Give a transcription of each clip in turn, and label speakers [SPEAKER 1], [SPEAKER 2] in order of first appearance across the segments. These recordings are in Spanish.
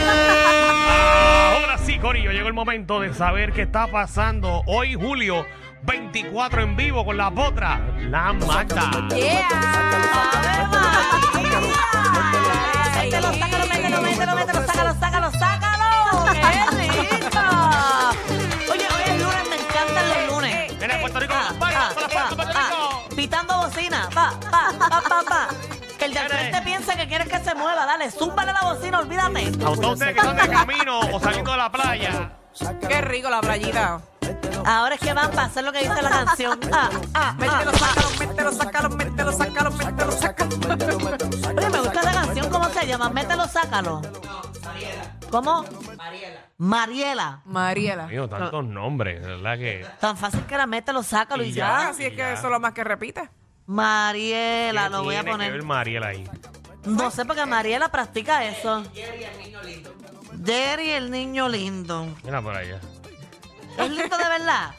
[SPEAKER 1] Mentimuso.
[SPEAKER 2] Ahora sí, Corillo, llegó el momento de saber qué está pasando hoy, Julio 24 en vivo con la potra, la Magda.
[SPEAKER 3] Yeah. Ay, Mételo, sácalo, mételo, mételo, mételo, sácalo, sácalo, sácalo. ¡Qué rico! Oye, hoy es lunes, me encantan los lunes.
[SPEAKER 2] Mira, Puerto Rico,
[SPEAKER 3] Pa,
[SPEAKER 2] baila,
[SPEAKER 3] pa,
[SPEAKER 2] baila, Puerto
[SPEAKER 3] pa, pa.
[SPEAKER 2] Rico.
[SPEAKER 3] Pitando bocina, pa, pa, pa, pa, pa. Que el de al
[SPEAKER 2] Mire.
[SPEAKER 3] frente piensa que quieres que se mueva, dale, zúmbale la bocina, olvídate.
[SPEAKER 2] A todos ustedes que están de camino o saliendo de la playa.
[SPEAKER 4] Qué rico la playita.
[SPEAKER 3] Ahora es que van para hacer lo que dice la canción. Ah, ah,
[SPEAKER 4] Mételo,
[SPEAKER 3] ah.
[SPEAKER 4] sácalo, mételo, sácalo, mételo, sácalo, mételo, sácalo.
[SPEAKER 3] Oye, me gusta la canción, ¿cómo se llama? Mételo, sácalo. ¿Cómo? Mariela. Mariela.
[SPEAKER 4] Mariela.
[SPEAKER 2] Mío, tantos nombres, de ¿verdad que?
[SPEAKER 3] Tan fácil que era mételo, sácalo y,
[SPEAKER 2] Y
[SPEAKER 3] ya.
[SPEAKER 2] ya.
[SPEAKER 4] Así es que eso es lo más que repite.
[SPEAKER 3] Mariela, lo voy a
[SPEAKER 2] Tiene que ver
[SPEAKER 3] poner.
[SPEAKER 2] Mariela ahí.
[SPEAKER 3] No sé por qué Mariela practica eso. Jerry el niño lindo.
[SPEAKER 2] Mira por allá.
[SPEAKER 3] ¿Es lindo de verdad?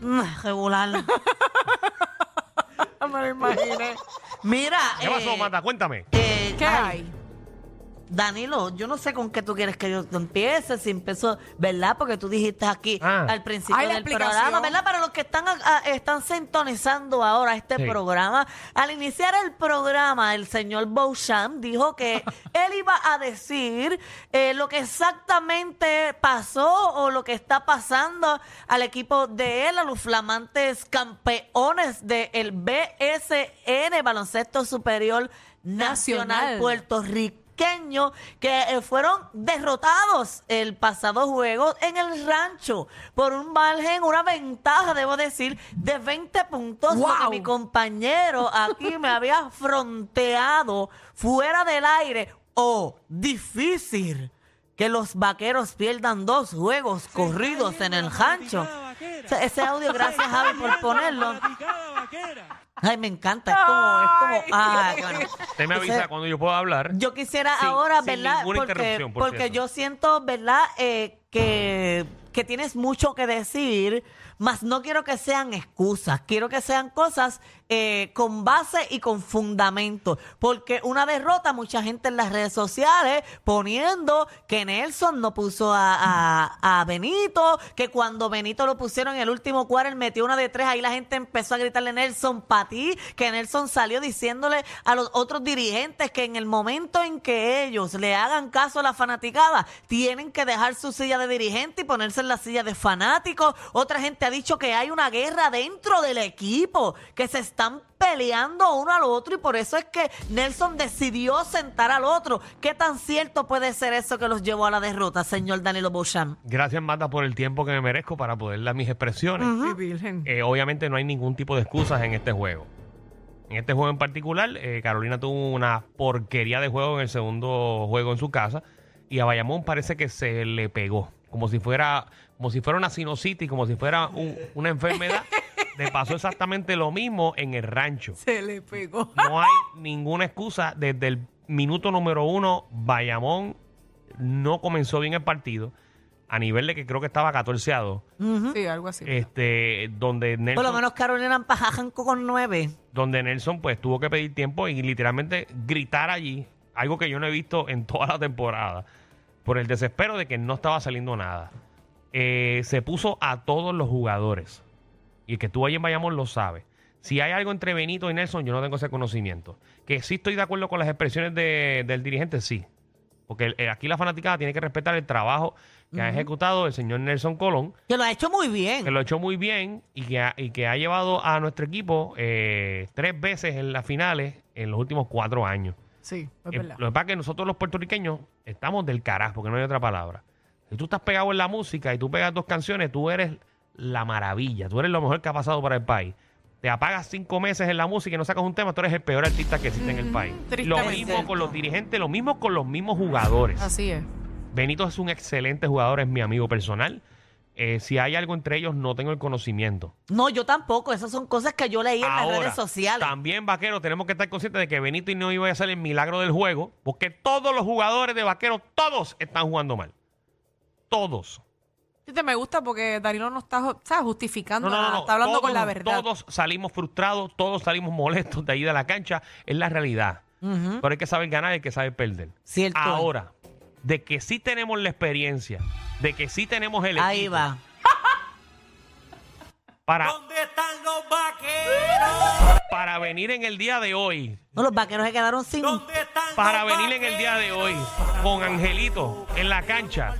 [SPEAKER 3] Mm, Regular.
[SPEAKER 1] Ah,
[SPEAKER 4] No me lo imaginé.
[SPEAKER 3] Mira.
[SPEAKER 2] ¿Qué pasó,
[SPEAKER 3] eh,
[SPEAKER 2] Mata? Cuéntame.
[SPEAKER 3] eh,
[SPEAKER 4] ¿Qué
[SPEAKER 3] ay,
[SPEAKER 4] hay?
[SPEAKER 3] Danilo, yo no sé con qué tú quieres que yo empiece, si empiezo, ¿verdad? Porque tú dijiste aquí
[SPEAKER 2] Ah.
[SPEAKER 3] al principio
[SPEAKER 4] Ay, la
[SPEAKER 3] del
[SPEAKER 4] explicación.
[SPEAKER 3] programa, ¿verdad? Para los que están, ah, están sintonizando ahora este
[SPEAKER 2] Sí.
[SPEAKER 3] programa, al iniciar el programa, el señor Beauchamp dijo que él iba a decir eh, lo que exactamente pasó o lo que está pasando al equipo de él, a los flamantes campeones del BSN, Baloncesto Superior Nacional
[SPEAKER 4] Nacional.
[SPEAKER 3] puertorriqueño que eh, fueron derrotados el pasado juego en el rancho por un margen, una ventaja, debo decir, de 20 puntos. lo que
[SPEAKER 4] ¡Wow!
[SPEAKER 3] mi compañero aquí me había fronteado fuera del aire. Oh, difícil que los vaqueros pierdan dos juegos corridos en el rancho. Ese- Ese audio, gracias Javi por ponerlo. Ay, me encanta, es como, es como, ay, bueno.
[SPEAKER 2] Usted me avisa
[SPEAKER 3] Ese-
[SPEAKER 2] cuando yo pueda hablar.
[SPEAKER 3] yo quisiera
[SPEAKER 2] Sin-
[SPEAKER 3] ahora,
[SPEAKER 2] sin
[SPEAKER 3] ¿verdad?
[SPEAKER 2] ninguna
[SPEAKER 3] Porque,
[SPEAKER 2] interrupción, por
[SPEAKER 3] porque
[SPEAKER 2] cierto.
[SPEAKER 3] yo siento, ¿verdad? Eh, que, que tienes mucho que decir, mas no quiero que sean excusas, quiero que sean cosas eh, con base y con fundamento. Porque una derrota, mucha gente en las redes sociales poniendo que Nelson no puso a, a- a Benito, que cuando Benito lo pusieron en el último cuarto, él metió una de tres, ahí la gente empezó a gritarle Nelson para ti, que Nelson salió diciéndole a los otros dirigentes que en el momento en que ellos le hagan caso a la fanaticada, tienen que dejar su silla de dirigente y ponerse en la silla de fanático. Otra gente ha dicho que hay una guerra dentro del equipo, que se están peleando uno al otro y por eso es que Nelson decidió sentar al otro. ¿Qué tan cierto puede ser eso que los llevó a la derrota, señor Danilo Beauchamp?
[SPEAKER 2] Gracias, Mata, por el tiempo que me merezco para poder dar mis expresiones.
[SPEAKER 1] ¿Ah?
[SPEAKER 4] Sí, virgen.
[SPEAKER 2] Eh, obviamente no hay ningún tipo de excusas en este juego. En este juego en particular, eh, Carolina tuvo una porquería de juego en el segundo juego en su casa y a Bayamón parece que se le pegó, como si fuera, como si fuera una sinusitis, como si fuera un- una enfermedad. Le pasó exactamente lo mismo en el rancho.
[SPEAKER 4] Se le pegó.
[SPEAKER 2] No hay ninguna excusa. Desde el minuto número uno, Bayamón no comenzó bien el partido. A nivel de que creo que estaba 14 a 2.
[SPEAKER 4] Sí, algo así.
[SPEAKER 2] Este, donde Nelson,
[SPEAKER 3] Por lo menos Carolina Pajajanco con nueve.
[SPEAKER 2] donde Nelson pues tuvo que pedir tiempo y literalmente gritar allí, algo que yo no he visto en toda la temporada, por el desespero de que no estaba saliendo nada. Eh, se puso a todos los jugadores. Y el que estuvo allí en Bayamón lo sabe. Si hay algo entre Benito y Nelson, yo no tengo ese conocimiento. Que sí estoy de acuerdo con las expresiones de- del dirigente, sí. Porque el- el- aquí la fanaticada tiene que respetar el trabajo que ha ejecutado el señor Nelson Colón
[SPEAKER 3] Que lo ha hecho muy bien.
[SPEAKER 2] que lo ha hecho muy bien y que ha, y que ha llevado a nuestro equipo eh, tres veces en las finales en los últimos cuatro años.
[SPEAKER 4] Sí, es
[SPEAKER 2] Eh,
[SPEAKER 4] verdad.
[SPEAKER 2] lo que pasa es que nosotros los puertorriqueños estamos del carajo, porque no hay otra palabra. Si tú estás pegado en la música y tú pegas dos canciones, tú eres la maravilla, tú eres lo mejor que ha pasado para el país. Te apagas cinco meses en la música y no sacas un tema, tú eres el peor artista que existe en el país. Lo
[SPEAKER 4] tristemente.
[SPEAKER 2] mismo con los dirigentes, lo mismo con los mismos jugadores.
[SPEAKER 4] Así es.
[SPEAKER 2] Benito es un excelente jugador, es mi amigo personal. Eh, si hay algo entre ellos, no tengo el conocimiento.
[SPEAKER 3] No, yo tampoco. Esas son cosas que yo leí en
[SPEAKER 2] Ahora,
[SPEAKER 3] las redes sociales.
[SPEAKER 2] También, Vaquero, tenemos que estar conscientes de que Benito y no iba a hacer el milagro del juego, porque todos los jugadores de Vaquero, todos están jugando mal. Todos.
[SPEAKER 4] Fíjate, me gusta porque Danilo no está, ju- está justificando,
[SPEAKER 2] No, no, no,
[SPEAKER 4] nada,
[SPEAKER 2] no.
[SPEAKER 4] está hablando
[SPEAKER 2] Todos-
[SPEAKER 4] con la verdad.
[SPEAKER 2] Todos salimos frustrados, todos salimos molestos de ahí de la cancha. Es la realidad.
[SPEAKER 3] Ujú.
[SPEAKER 2] Pero hay que saber ganar y hay que saber perder.
[SPEAKER 3] Cierto.
[SPEAKER 2] Ahora, de que sí tenemos la experiencia, de que sí tenemos el
[SPEAKER 3] Ahí
[SPEAKER 2] equipo
[SPEAKER 3] va.
[SPEAKER 2] Para, para venir en el día de hoy,
[SPEAKER 3] No, los vaqueros se quedaron sin.
[SPEAKER 2] para venir en el día de hoy con Angelito en la cancha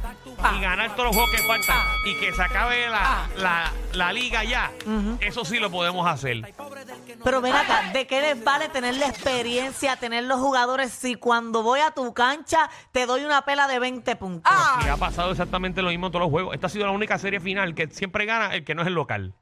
[SPEAKER 2] y ganar todos los juegos que faltan y que se acabe la, la- la liga ya, eso sí lo podemos hacer.
[SPEAKER 3] Pero ven acá, ¿de qué les vale tener la experiencia, tener los jugadores si cuando voy a tu cancha te doy una pela de 20 puntos?
[SPEAKER 2] Y ha pasado exactamente lo mismo en todos los juegos. Esta ha sido la única serie final que siempre gana el que no es el local.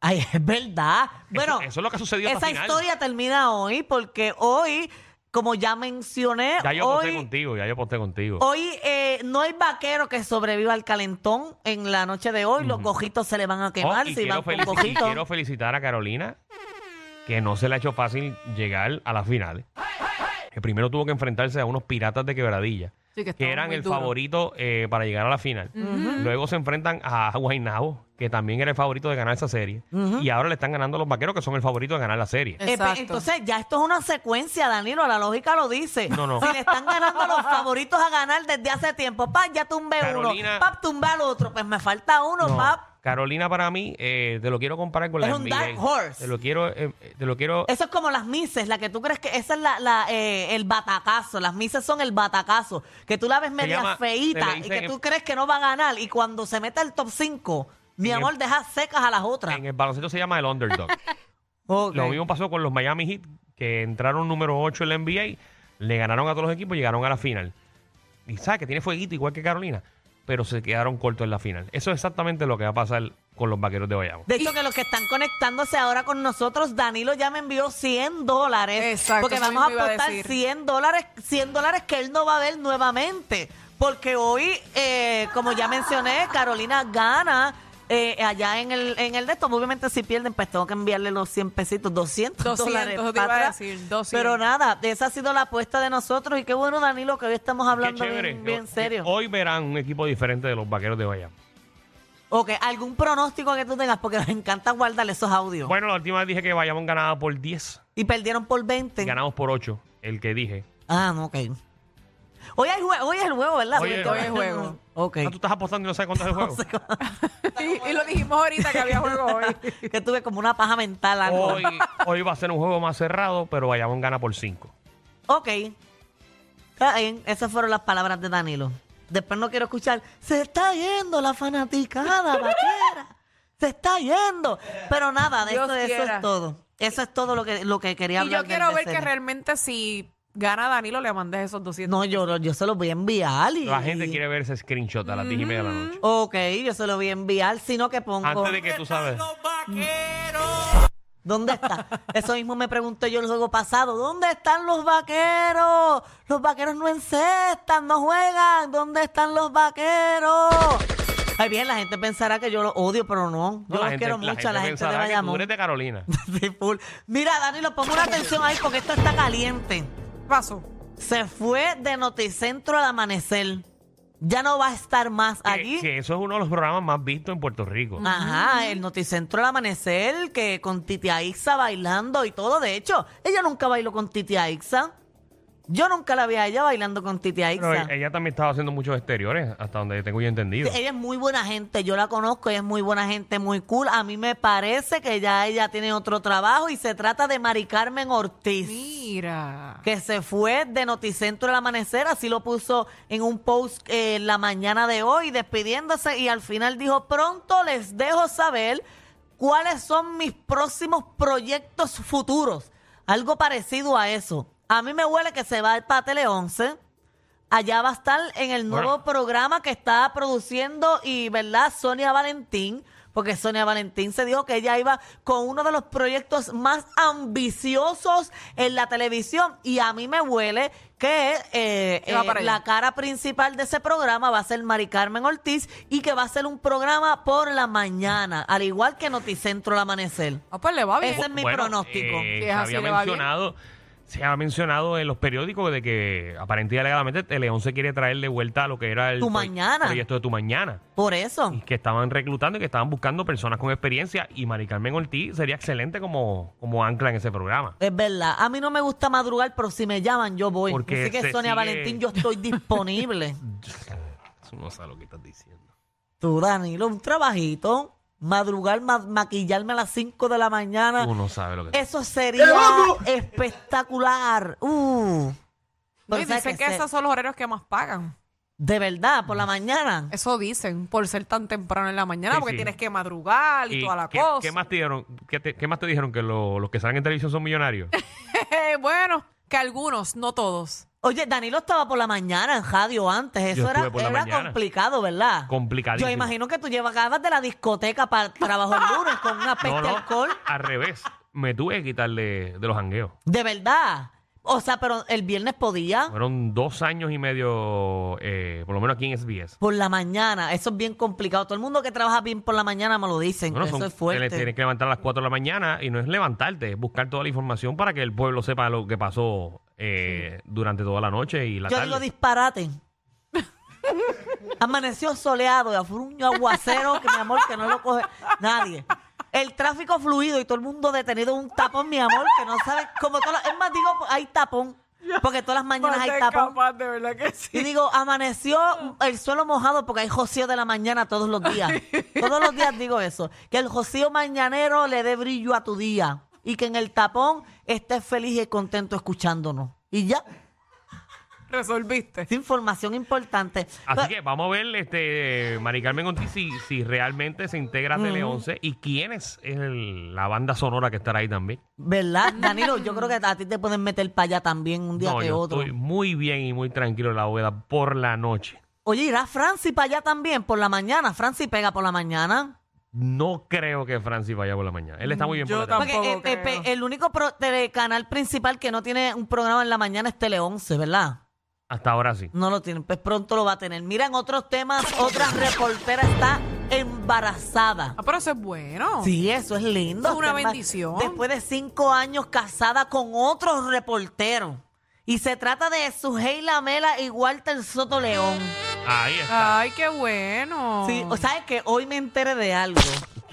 [SPEAKER 3] Ay, es verdad. Bueno,
[SPEAKER 2] eso es lo que sucedió hasta
[SPEAKER 3] esa
[SPEAKER 2] final.
[SPEAKER 3] historia termina hoy porque hoy, como ya mencioné,
[SPEAKER 2] Ya yo aposté
[SPEAKER 3] hoy,
[SPEAKER 2] contigo, ya yo aposté contigo.
[SPEAKER 3] hoy eh, no hay vaquero que sobreviva al calentón en la noche de hoy. Los cojitos se le van a quemar
[SPEAKER 2] Oh, y
[SPEAKER 3] si
[SPEAKER 2] quiero,
[SPEAKER 3] van con
[SPEAKER 2] felici- y
[SPEAKER 3] cojitos.
[SPEAKER 2] quiero felicitar a Carolina, que no se le ha hecho fácil llegar a las finales. Que primero tuvo que enfrentarse a unos piratas de quebradilla,
[SPEAKER 1] Sí, que
[SPEAKER 2] que
[SPEAKER 1] estaban
[SPEAKER 3] Ah,
[SPEAKER 2] eran
[SPEAKER 1] muy
[SPEAKER 2] el
[SPEAKER 1] duros.
[SPEAKER 2] favorito eh, para llegar a la final. Luego se enfrentan a Guaynabo, que también era el favorito de ganar esa serie. Y ahora le están ganando a los vaqueros, que son el favorito de ganar la serie.
[SPEAKER 3] Eh, pe-
[SPEAKER 1] Exacto.
[SPEAKER 3] Entonces, ya esto es una secuencia, Danilo, la lógica lo dice.
[SPEAKER 2] No, no.
[SPEAKER 3] Si le están ganando los favoritos a ganar desde hace tiempo, pap, ya tumbé
[SPEAKER 2] Carolina-
[SPEAKER 3] uno, pap, tumbé al otro, pues me falta uno,
[SPEAKER 2] No,
[SPEAKER 3] pap.
[SPEAKER 2] Carolina para mí, eh, te lo quiero comparar con la
[SPEAKER 3] Es un
[SPEAKER 2] NBA.
[SPEAKER 3] dark horse.
[SPEAKER 2] Te lo quiero, eh, te lo quiero
[SPEAKER 3] Eso es como las mises, la que tú crees que esa es la, la, eh, el batacazo. Las mises son el batacazo, que tú la ves media
[SPEAKER 2] llama- se
[SPEAKER 3] feíta
[SPEAKER 2] le
[SPEAKER 3] y
[SPEAKER 2] dice
[SPEAKER 3] que
[SPEAKER 2] en-
[SPEAKER 3] tú crees que no va a ganar. Y cuando se mete el top 5, mi
[SPEAKER 2] En el-
[SPEAKER 3] amor, deja secas a las otras.
[SPEAKER 2] En el baloncesto se llama el underdog.
[SPEAKER 3] Ok.
[SPEAKER 2] Lo mismo pasó con los Miami Heat, que entraron número 8 en la NBA, le ganaron a todos los equipos, llegaron a la final. Y sabes que tiene fueguito igual que Carolina, pero se quedaron cortos en la final. Eso es exactamente lo que va a pasar con los vaqueros de Bayamón.
[SPEAKER 3] De hecho, que los que están conectándose ahora con nosotros, Danilo ya me envió 100 dólares.
[SPEAKER 1] Exacto,
[SPEAKER 3] Porque
[SPEAKER 1] eso
[SPEAKER 3] vamos a
[SPEAKER 1] mismo iba a
[SPEAKER 3] apostar
[SPEAKER 1] decir.
[SPEAKER 3] 100 dólares, 100 dólares que él no va a ver nuevamente. Porque hoy, eh, como ya mencioné, Carolina gana. eh, allá en el, en el de esto, obviamente si pierden, pues tengo que enviarle los 100 pesitos, 200,
[SPEAKER 1] 200,
[SPEAKER 3] dólares.
[SPEAKER 1] te
[SPEAKER 3] para
[SPEAKER 1] iba a
[SPEAKER 3] atrás.
[SPEAKER 1] decir, 200.
[SPEAKER 3] Pero nada, esa ha sido la apuesta de nosotros y qué bueno, Danilo, que hoy estamos hablando
[SPEAKER 2] Qué chévere.
[SPEAKER 3] bien, bien
[SPEAKER 2] Que
[SPEAKER 3] serio.
[SPEAKER 2] Hoy verán un equipo diferente de los vaqueros de Bayamón.
[SPEAKER 3] Ok, ¿algún pronóstico que tú tengas? Porque nos encanta guardar esos audios.
[SPEAKER 2] Bueno, la última vez dije que Bayamón ganaba por 10,
[SPEAKER 3] y perdieron por 20.
[SPEAKER 2] ganamos por 8, el que dije.
[SPEAKER 3] Ah, no, ok. Hoy, hay jue- hoy es el juego, ¿verdad?
[SPEAKER 2] Hoy es-
[SPEAKER 3] Porque-
[SPEAKER 2] hoy es
[SPEAKER 1] juego.
[SPEAKER 3] Ok.
[SPEAKER 2] Ah, tú estás apostando y no sabes cuánto es el juego.
[SPEAKER 1] Y, y lo dijimos ahorita que había juego hoy.
[SPEAKER 3] que tuve como una paja mental. algo.
[SPEAKER 2] Hoy, hoy va a ser un juego más cerrado, pero Bayamón gana por 5.
[SPEAKER 3] Ok. Está bien. Esas fueron las palabras de Danilo. Después no quiero escuchar. Se está yendo la fanaticada, vaquera. Se está yendo. Pero nada, de
[SPEAKER 1] Dios
[SPEAKER 3] eso, de eso
[SPEAKER 1] quiera.
[SPEAKER 3] es todo. Eso es todo lo que, lo que quería
[SPEAKER 1] Y
[SPEAKER 3] hablar.
[SPEAKER 1] yo quiero
[SPEAKER 3] del
[SPEAKER 1] ver
[SPEAKER 3] BCN.
[SPEAKER 1] que realmente si gana Danilo le mandes esos 200.
[SPEAKER 3] No, yo, yo se los voy a enviar. y-
[SPEAKER 2] La gente quiere ver ese screenshot a las 10 y media de
[SPEAKER 3] Mm-hmm.
[SPEAKER 2] la noche.
[SPEAKER 3] Ok, yo se los voy a enviar, sino que pongo.
[SPEAKER 2] Antes de que tú sabes.
[SPEAKER 3] ¿Dónde está? Eso mismo me pregunté yo el juego pasado. ¿Dónde están los vaqueros? Los vaqueros no encestan, no juegan. ¿Dónde están los vaqueros? Ay, bien, la gente pensará que yo los odio, pero no. Yo
[SPEAKER 2] No,
[SPEAKER 3] los quiero mucho a la gente de
[SPEAKER 2] pensará que Tú
[SPEAKER 3] Bayamón.
[SPEAKER 2] eres de Carolina.
[SPEAKER 3] Sí, full. Mira, Danilo, pongo una atención ahí porque esto está caliente.
[SPEAKER 1] Paso.
[SPEAKER 3] Se fue de Noticentro al amanecer. Ya no va a estar más allí. Ah,
[SPEAKER 2] Que, que eso es uno de los programas más vistos en Puerto Rico.
[SPEAKER 3] Ajá, el Noticentro al amanecer, que con Titia Ixa bailando y todo. De hecho, ella nunca bailó con Titia Ixa. Yo nunca la vi a ella bailando con Titia Ixa.
[SPEAKER 2] Pero e-, ella también estaba haciendo muchos exteriores, hasta donde tengo yo entendido.
[SPEAKER 3] Ella es muy buena gente, yo la conozco, ella es muy buena gente, muy cool. A mí me parece que ya ella tiene otro trabajo y se trata de Mari Carmen Ortiz.
[SPEAKER 1] Mira.
[SPEAKER 3] que se fue de Noticentro al amanecer, así lo puso en un post eh, la mañana de hoy, despidiéndose y al final dijo, pronto les dejo saber cuáles son mis próximos proyectos futuros. Algo parecido a eso. A mí me huele que se va al Patele 11. Allá va a estar en el nuevo
[SPEAKER 2] Bueno.
[SPEAKER 3] programa que está produciendo y, ¿verdad? Sonia Valentín, porque Sonia Valentín se dijo que ella iba con uno de los proyectos más ambiciosos en la televisión y a mí me huele que eh,
[SPEAKER 1] Que va
[SPEAKER 3] eh,
[SPEAKER 1] para allá.
[SPEAKER 3] la cara principal de ese programa va a ser Mari Carmen Ortiz y que va a ser un programa por la mañana, al igual que Noticentro al amanecer.
[SPEAKER 1] Ah, pues le va bien.
[SPEAKER 3] Ese es mi
[SPEAKER 2] Bueno,
[SPEAKER 3] pronóstico.
[SPEAKER 2] eh,
[SPEAKER 1] Si es
[SPEAKER 2] se
[SPEAKER 1] así,
[SPEAKER 2] había
[SPEAKER 1] le va bien.
[SPEAKER 2] mencionado, se ha mencionado en los periódicos de que aparentemente alegadamente Teleón se quiere traer de vuelta a lo que era el
[SPEAKER 3] Tu
[SPEAKER 2] proy-
[SPEAKER 3] Mañana. Oh.
[SPEAKER 2] proyecto de tu mañana.
[SPEAKER 3] Por eso.
[SPEAKER 2] Y que estaban reclutando y que estaban buscando personas con experiencia. Y Mari Carmen Ortiz sería excelente como, como ancla en ese programa.
[SPEAKER 3] Es verdad. A mí no me gusta madrugar, pero si me llaman, yo voy.
[SPEAKER 2] Porque
[SPEAKER 3] Así que
[SPEAKER 2] se
[SPEAKER 3] Sonia
[SPEAKER 2] sigue-
[SPEAKER 3] Valentín, yo estoy disponible.
[SPEAKER 2] Eso no sabe lo que estás diciendo.
[SPEAKER 3] Tú, Danilo, un trabajito. Madrugar, ma- maquillarme a las 5 de la mañana.
[SPEAKER 2] Tú no sabes lo que
[SPEAKER 3] Eso sería espectacular. Uh.
[SPEAKER 1] No, y
[SPEAKER 3] Pero, ¿sabes
[SPEAKER 1] dicen
[SPEAKER 3] qué?
[SPEAKER 1] que esos son los horarios que más pagan.
[SPEAKER 3] De verdad, por la mañana.
[SPEAKER 1] Eso dicen, por ser tan temprano en la mañana,
[SPEAKER 2] Sí,
[SPEAKER 1] porque
[SPEAKER 2] sí.
[SPEAKER 1] tienes que madrugar y,
[SPEAKER 2] ¿Y
[SPEAKER 1] toda la
[SPEAKER 2] qué,
[SPEAKER 1] cosa.
[SPEAKER 2] qué más te dijeron? ¿Qué, te- qué más te dijeron? ¿Que lo- los que salen en televisión son millonarios?
[SPEAKER 1] bueno, que algunos, no todos.
[SPEAKER 3] Oye, Danilo estaba por la mañana en radio antes. Eso
[SPEAKER 2] Yo
[SPEAKER 3] era,
[SPEAKER 2] estuve por la
[SPEAKER 3] era
[SPEAKER 2] mañana.
[SPEAKER 3] complicado, ¿verdad?
[SPEAKER 2] Complicadísimo.
[SPEAKER 3] Yo imagino que tú llegabas de la discoteca para trabajo el lunes con una peste
[SPEAKER 2] No,
[SPEAKER 3] de
[SPEAKER 2] no,
[SPEAKER 3] alcohol.
[SPEAKER 2] al revés. Me tuve que quitarle de los jangueos.
[SPEAKER 3] De verdad. O sea, pero el viernes podía.
[SPEAKER 2] Fueron dos años y medio, eh, por lo menos aquí en SBS.
[SPEAKER 3] Por la mañana, eso es bien complicado. Todo el mundo que trabaja bien por la mañana me lo dicen.
[SPEAKER 2] Bueno,
[SPEAKER 3] eso
[SPEAKER 2] son-
[SPEAKER 3] es fuerte.
[SPEAKER 2] te- Tienes que levantar a las 4 de la mañana y no es levantarte, es buscar toda la información para que el pueblo sepa lo que pasó eh, durante toda la noche y la
[SPEAKER 3] Yo
[SPEAKER 2] tarde.
[SPEAKER 3] digo disparate. Amaneció soleado y afuera un aguacero que mi amor que no lo coge nadie. El tráfico fluido y todo el mundo detenido en un tapón, mi amor, que no sabe cómo todas las- Es más, digo, hay tapón. Porque todas las mañanas hay tapón.
[SPEAKER 1] capaz, de verdad que sí.
[SPEAKER 3] Y digo, amaneció el suelo mojado porque hay jocío de la mañana todos los días. Todos los días digo eso. Que el jocío mañanero le dé brillo a tu día. Y que en el tapón estés feliz y contento escuchándonos. Y ya,
[SPEAKER 1] Resolviste.
[SPEAKER 3] es información importante. Pues,
[SPEAKER 2] Así
[SPEAKER 3] Pero-
[SPEAKER 2] que vamos a ver, este, Mari Carmen Conti, si, si realmente se integra a Tele 11 y quién es el- la banda sonora que estará ahí también.
[SPEAKER 3] ¿Verdad, Danilo? Yo creo que a ti te pueden meter para allá también un día
[SPEAKER 2] no,
[SPEAKER 3] que
[SPEAKER 2] yo
[SPEAKER 3] otro.
[SPEAKER 2] estoy muy bien y muy tranquilo en la bóveda por la noche.
[SPEAKER 3] Oye, irá Franci para allá también por la mañana. Franci pega por la mañana.
[SPEAKER 2] No creo que Francis vaya por la mañana. Él está muy bien
[SPEAKER 1] Yo
[SPEAKER 2] por la tarde.
[SPEAKER 3] Porque
[SPEAKER 1] Tampoco
[SPEAKER 3] eh, eh,
[SPEAKER 1] creo.
[SPEAKER 3] pe- el único pro- telecanal principal que no tiene un programa en la mañana es Tele 11, ¿verdad?
[SPEAKER 2] Hasta ahora sí.
[SPEAKER 3] No lo tiene, pues pronto lo va a tener. Mira, en otros temas, otra reportera está embarazada.
[SPEAKER 1] Ah, pero eso es bueno.
[SPEAKER 3] Sí, eso es lindo.
[SPEAKER 1] Es una
[SPEAKER 3] Está embar-
[SPEAKER 1] bendición.
[SPEAKER 3] Después de cinco años casada con otro reportero. Y se trata de Suheila Mela y Walter Soto León.
[SPEAKER 2] Ahí está.
[SPEAKER 1] Ay, qué bueno.
[SPEAKER 3] Sí, o sabes que hoy me enteré de algo,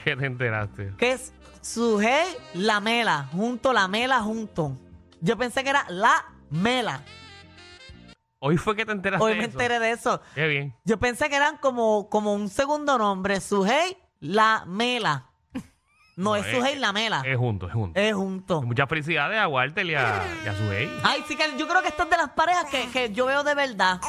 [SPEAKER 2] ¿Qué te enteraste?
[SPEAKER 3] que es Sujei Lamela, junto Lamela junto. Yo pensé que era La Mela.
[SPEAKER 2] Hoy fue que te enteraste.
[SPEAKER 3] Hoy
[SPEAKER 2] de
[SPEAKER 3] me
[SPEAKER 2] eso.
[SPEAKER 3] enteré de eso.
[SPEAKER 2] Qué bien.
[SPEAKER 3] Yo pensé que eran como, como un segundo nombre, Sujei Lamela. No,
[SPEAKER 2] No,
[SPEAKER 3] es
[SPEAKER 2] es-
[SPEAKER 3] Sujei Lamela.
[SPEAKER 2] Es junto, es junto.
[SPEAKER 3] Es junto.
[SPEAKER 2] Muchas felicidades a Walter y a, y a Sujei.
[SPEAKER 3] Ay, sí que yo creo que estas de las parejas que, que yo veo de verdad.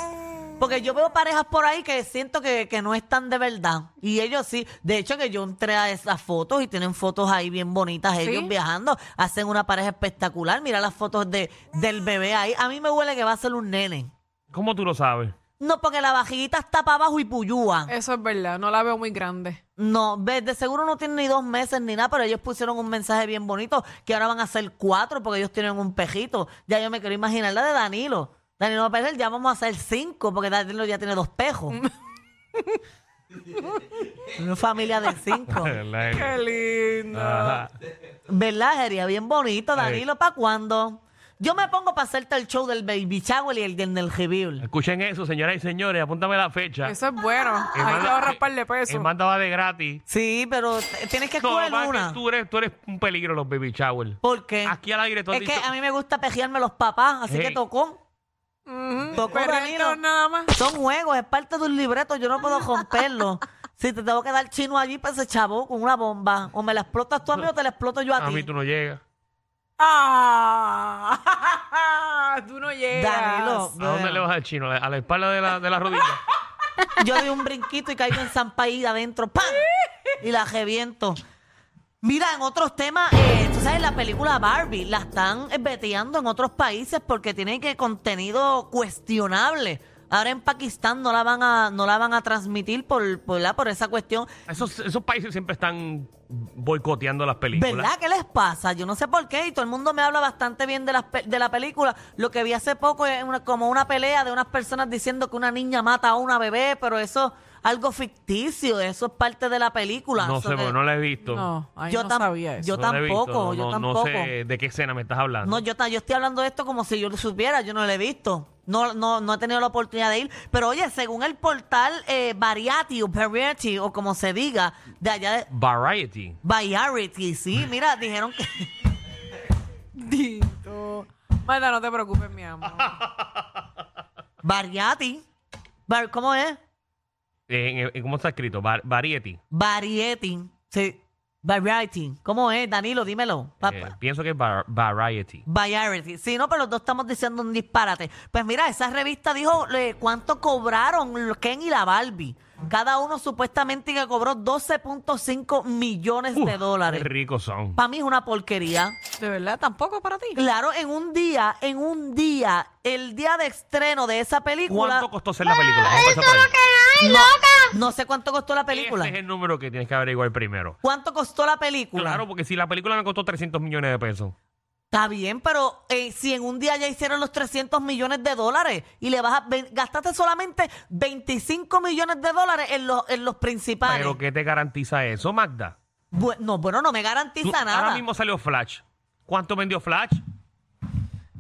[SPEAKER 3] Porque yo veo parejas por ahí que siento que, que no están de verdad. Y ellos sí. De hecho, que yo entré a esas fotos y tienen fotos ahí bien bonitas. Ellos
[SPEAKER 1] ¿Sí?
[SPEAKER 3] viajando, hacen una pareja espectacular. Mira las fotos de, del bebé ahí. A mí me huele que va a ser un nene.
[SPEAKER 2] ¿Cómo tú lo sabes?
[SPEAKER 3] No, porque la vajiguita está para abajo y puyúa.
[SPEAKER 1] Eso es verdad, no la veo muy grande.
[SPEAKER 3] No, ves, de seguro no tienen ni dos meses ni nada, pero ellos pusieron un mensaje bien bonito que ahora van a ser cuatro porque ellos tienen un pejito. Ya yo me quiero imaginar la de Danilo. Danilo va a perder, ya vamos a hacer cinco porque Danilo ya tiene dos pejos. Una familia de cinco.
[SPEAKER 2] Qué
[SPEAKER 1] lindo.
[SPEAKER 3] ¿Verdad? Sería bien bonito, Danilo, ¿para cuándo? Yo me pongo para hacerte el show del Baby Shower y el del del reveal.
[SPEAKER 2] Escuchen eso, señoras y señores. Apúntame la fecha.
[SPEAKER 1] Eso es bueno. Hay que ahorrar un par de pesos.
[SPEAKER 2] El mandaba de gratis.
[SPEAKER 3] Sí, pero t- tienes que
[SPEAKER 2] No, lo que
[SPEAKER 3] escoger
[SPEAKER 2] pasa es que
[SPEAKER 3] una.
[SPEAKER 2] tú, eres, tú eres un peligro, los baby shower.
[SPEAKER 3] ¿Por qué?
[SPEAKER 2] Aquí al aire tú has
[SPEAKER 3] Es que
[SPEAKER 2] dicho-
[SPEAKER 3] a mí me gusta pejearme los papás, así
[SPEAKER 2] Hey.
[SPEAKER 3] que tocó.
[SPEAKER 1] Ujú.
[SPEAKER 3] Tocó,
[SPEAKER 1] Mm, Pero
[SPEAKER 3] Danilo.
[SPEAKER 1] esto nada más.
[SPEAKER 3] Son juegos, es parte de un libreto, yo no puedo romperlo. Si te tengo que dar chino allí para ese chavo con una bomba, o me la explotas tú a mí o te la exploto yo a,
[SPEAKER 2] A
[SPEAKER 3] ti.
[SPEAKER 2] mí tú no llegas.
[SPEAKER 1] Ah, tú no llegas.
[SPEAKER 3] Danilo,
[SPEAKER 2] ¿A dónde
[SPEAKER 3] bueno,
[SPEAKER 2] le vas al chino? ¿A la- ¿A la espalda de la, de la rodilla?
[SPEAKER 3] yo doy un brinquito y caigo en zampa ahí adentro, ¡pam! Y la reviento. Mira, en otros temas, eh, tú sabes, la película Barbie la están eh, veteando en otros países porque tiene que contenido cuestionable. Ahora en Pakistán no la van a, no la van a transmitir por, por, la- por esa cuestión.
[SPEAKER 2] Esos, esos países siempre están boicoteando las películas.
[SPEAKER 3] ¿Verdad? ¿Qué les pasa? Yo no sé por qué y todo el mundo me habla bastante bien de, las pe- de la película. Lo que vi hace poco es una- como una pelea de unas personas diciendo que una niña mata a una bebé, pero eso algo ficticio, eso es parte de la película.
[SPEAKER 2] No
[SPEAKER 3] Eso
[SPEAKER 2] sé,
[SPEAKER 3] que-
[SPEAKER 2] porque no la he visto.
[SPEAKER 1] No, ahí
[SPEAKER 3] Yo
[SPEAKER 1] no
[SPEAKER 3] tam-
[SPEAKER 1] sabía eso.
[SPEAKER 3] yo-
[SPEAKER 2] No la he visto,
[SPEAKER 3] tampoco, yo
[SPEAKER 2] no- no
[SPEAKER 3] tampoco.
[SPEAKER 2] sé de qué escena me estás hablando.
[SPEAKER 3] No, yo, ta- yo estoy hablando de esto como si yo lo supiera, yo no lo he visto. No, no, no he tenido la oportunidad de ir. Pero oye, según el portal eh, Variety o Variety, o como se diga, de allá de
[SPEAKER 2] Variety.
[SPEAKER 3] Variety, sí, mira, dijeron que...
[SPEAKER 1] Dito. Marta, no te preocupes, mi amor.
[SPEAKER 3] Variety. Var- ¿Cómo es?
[SPEAKER 2] Eh, eh, ¿Cómo está escrito? Var- variety.
[SPEAKER 3] Variety. Sí. Variety. ¿Cómo es, Danilo? Dímelo. Pa-
[SPEAKER 2] Eh,
[SPEAKER 3] pa-
[SPEAKER 2] pienso que es var- Variety.
[SPEAKER 3] Variety. Sí, no, pero los dos estamos diciendo un disparate. Pues mira, esa revista dijo eh, cuánto cobraron los Ken y la Barbie. Cada uno supuestamente que cobró 12.5 millones de
[SPEAKER 2] Uf,
[SPEAKER 3] dólares.
[SPEAKER 2] Qué ricos son.
[SPEAKER 3] Para mí es una porquería.
[SPEAKER 1] De verdad, tampoco para ti.
[SPEAKER 3] Claro, en un día, en un día, el día de estreno de esa película.
[SPEAKER 2] ¿Cuánto costó hacer la película? Vamos a empezar por ahí.
[SPEAKER 3] no, no sé cuánto costó la película.
[SPEAKER 2] Este es el número que tienes que averiguar primero.
[SPEAKER 3] ¿Cuánto costó la película?
[SPEAKER 2] Claro, porque si la película me costó 300 millones de pesos.
[SPEAKER 3] Está bien, pero eh, si en un día ya hicieron los 300 millones de dólares y le vas a ve- gastaste solamente 25 millones de dólares en los, en los principales.
[SPEAKER 2] Pero ¿qué te garantiza eso, Magda?
[SPEAKER 3] Bu- no, bueno, no me
[SPEAKER 2] Tú-
[SPEAKER 3] garantiza nada.
[SPEAKER 2] ahora mismo salió Flash. ¿Cuánto vendió Flash?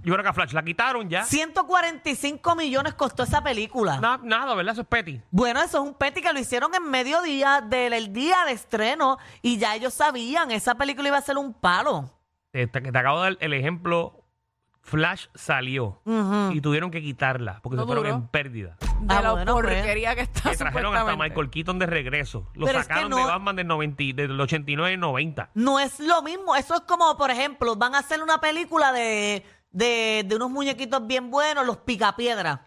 [SPEAKER 2] Yo creo que a Flash la quitaron ya.
[SPEAKER 3] 145 millones costó esa película.
[SPEAKER 2] Na- nada, ¿verdad? Eso es petty.
[SPEAKER 3] Bueno, eso es un petty que lo hicieron en mediodía del el día de estreno y ya ellos sabían, esa película iba a ser un palo.
[SPEAKER 2] Te, te- te acabo de dar el ejemplo. Flash salió
[SPEAKER 3] Ujú.
[SPEAKER 2] y tuvieron que quitarla porque
[SPEAKER 1] No
[SPEAKER 2] se fueron
[SPEAKER 1] duró.
[SPEAKER 2] en pérdida.
[SPEAKER 1] De
[SPEAKER 3] Mm. Ah,
[SPEAKER 1] la
[SPEAKER 3] bueno, pues.
[SPEAKER 1] porquería que está
[SPEAKER 2] Que trajeron hasta
[SPEAKER 1] supuestamente.
[SPEAKER 2] Michael Keaton de regreso. Lo
[SPEAKER 3] Pero es que
[SPEAKER 2] sacaron
[SPEAKER 3] no-
[SPEAKER 2] de Batman del, 90, y- del 89 y 90.
[SPEAKER 3] No es lo mismo. Eso es como, por ejemplo, van a hacer una película de, de, de unos muñequitos bien buenos, los picapiedras.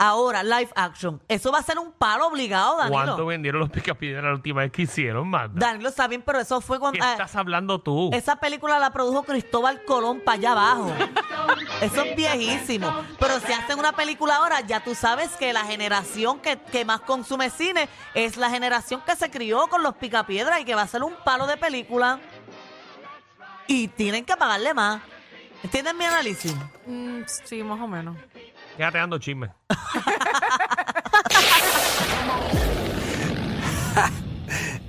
[SPEAKER 3] Ahora, live action. Eso va a ser un palo obligado,
[SPEAKER 2] ¿Cuánto
[SPEAKER 3] Danilo.
[SPEAKER 2] vendieron los picapiedras la última vez que hicieron, Magda?
[SPEAKER 3] Danilo está bien, pero eso fue
[SPEAKER 2] ¿Qué
[SPEAKER 3] cuando. ah,
[SPEAKER 2] estás hablando tú?
[SPEAKER 3] esa película la produjo Cristóbal Colón para allá abajo. Eso es viejísimo. Pero si hacen una película ahora, ya tú sabes que la generación que, que más consume cine es la generación que se crió con los picapiedras y que va a ser un palo de película. Y tienen que pagarle más. ¿Entienden mi análisis?
[SPEAKER 1] Mm, sí, más o menos.
[SPEAKER 2] Quédate dando chisme.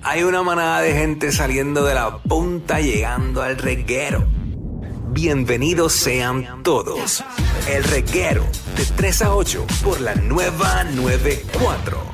[SPEAKER 4] Hay una manada de gente saliendo de la punta llegando al reguero. Bienvenidos sean todos. El reguero de 3 a 8 por la nueva 94.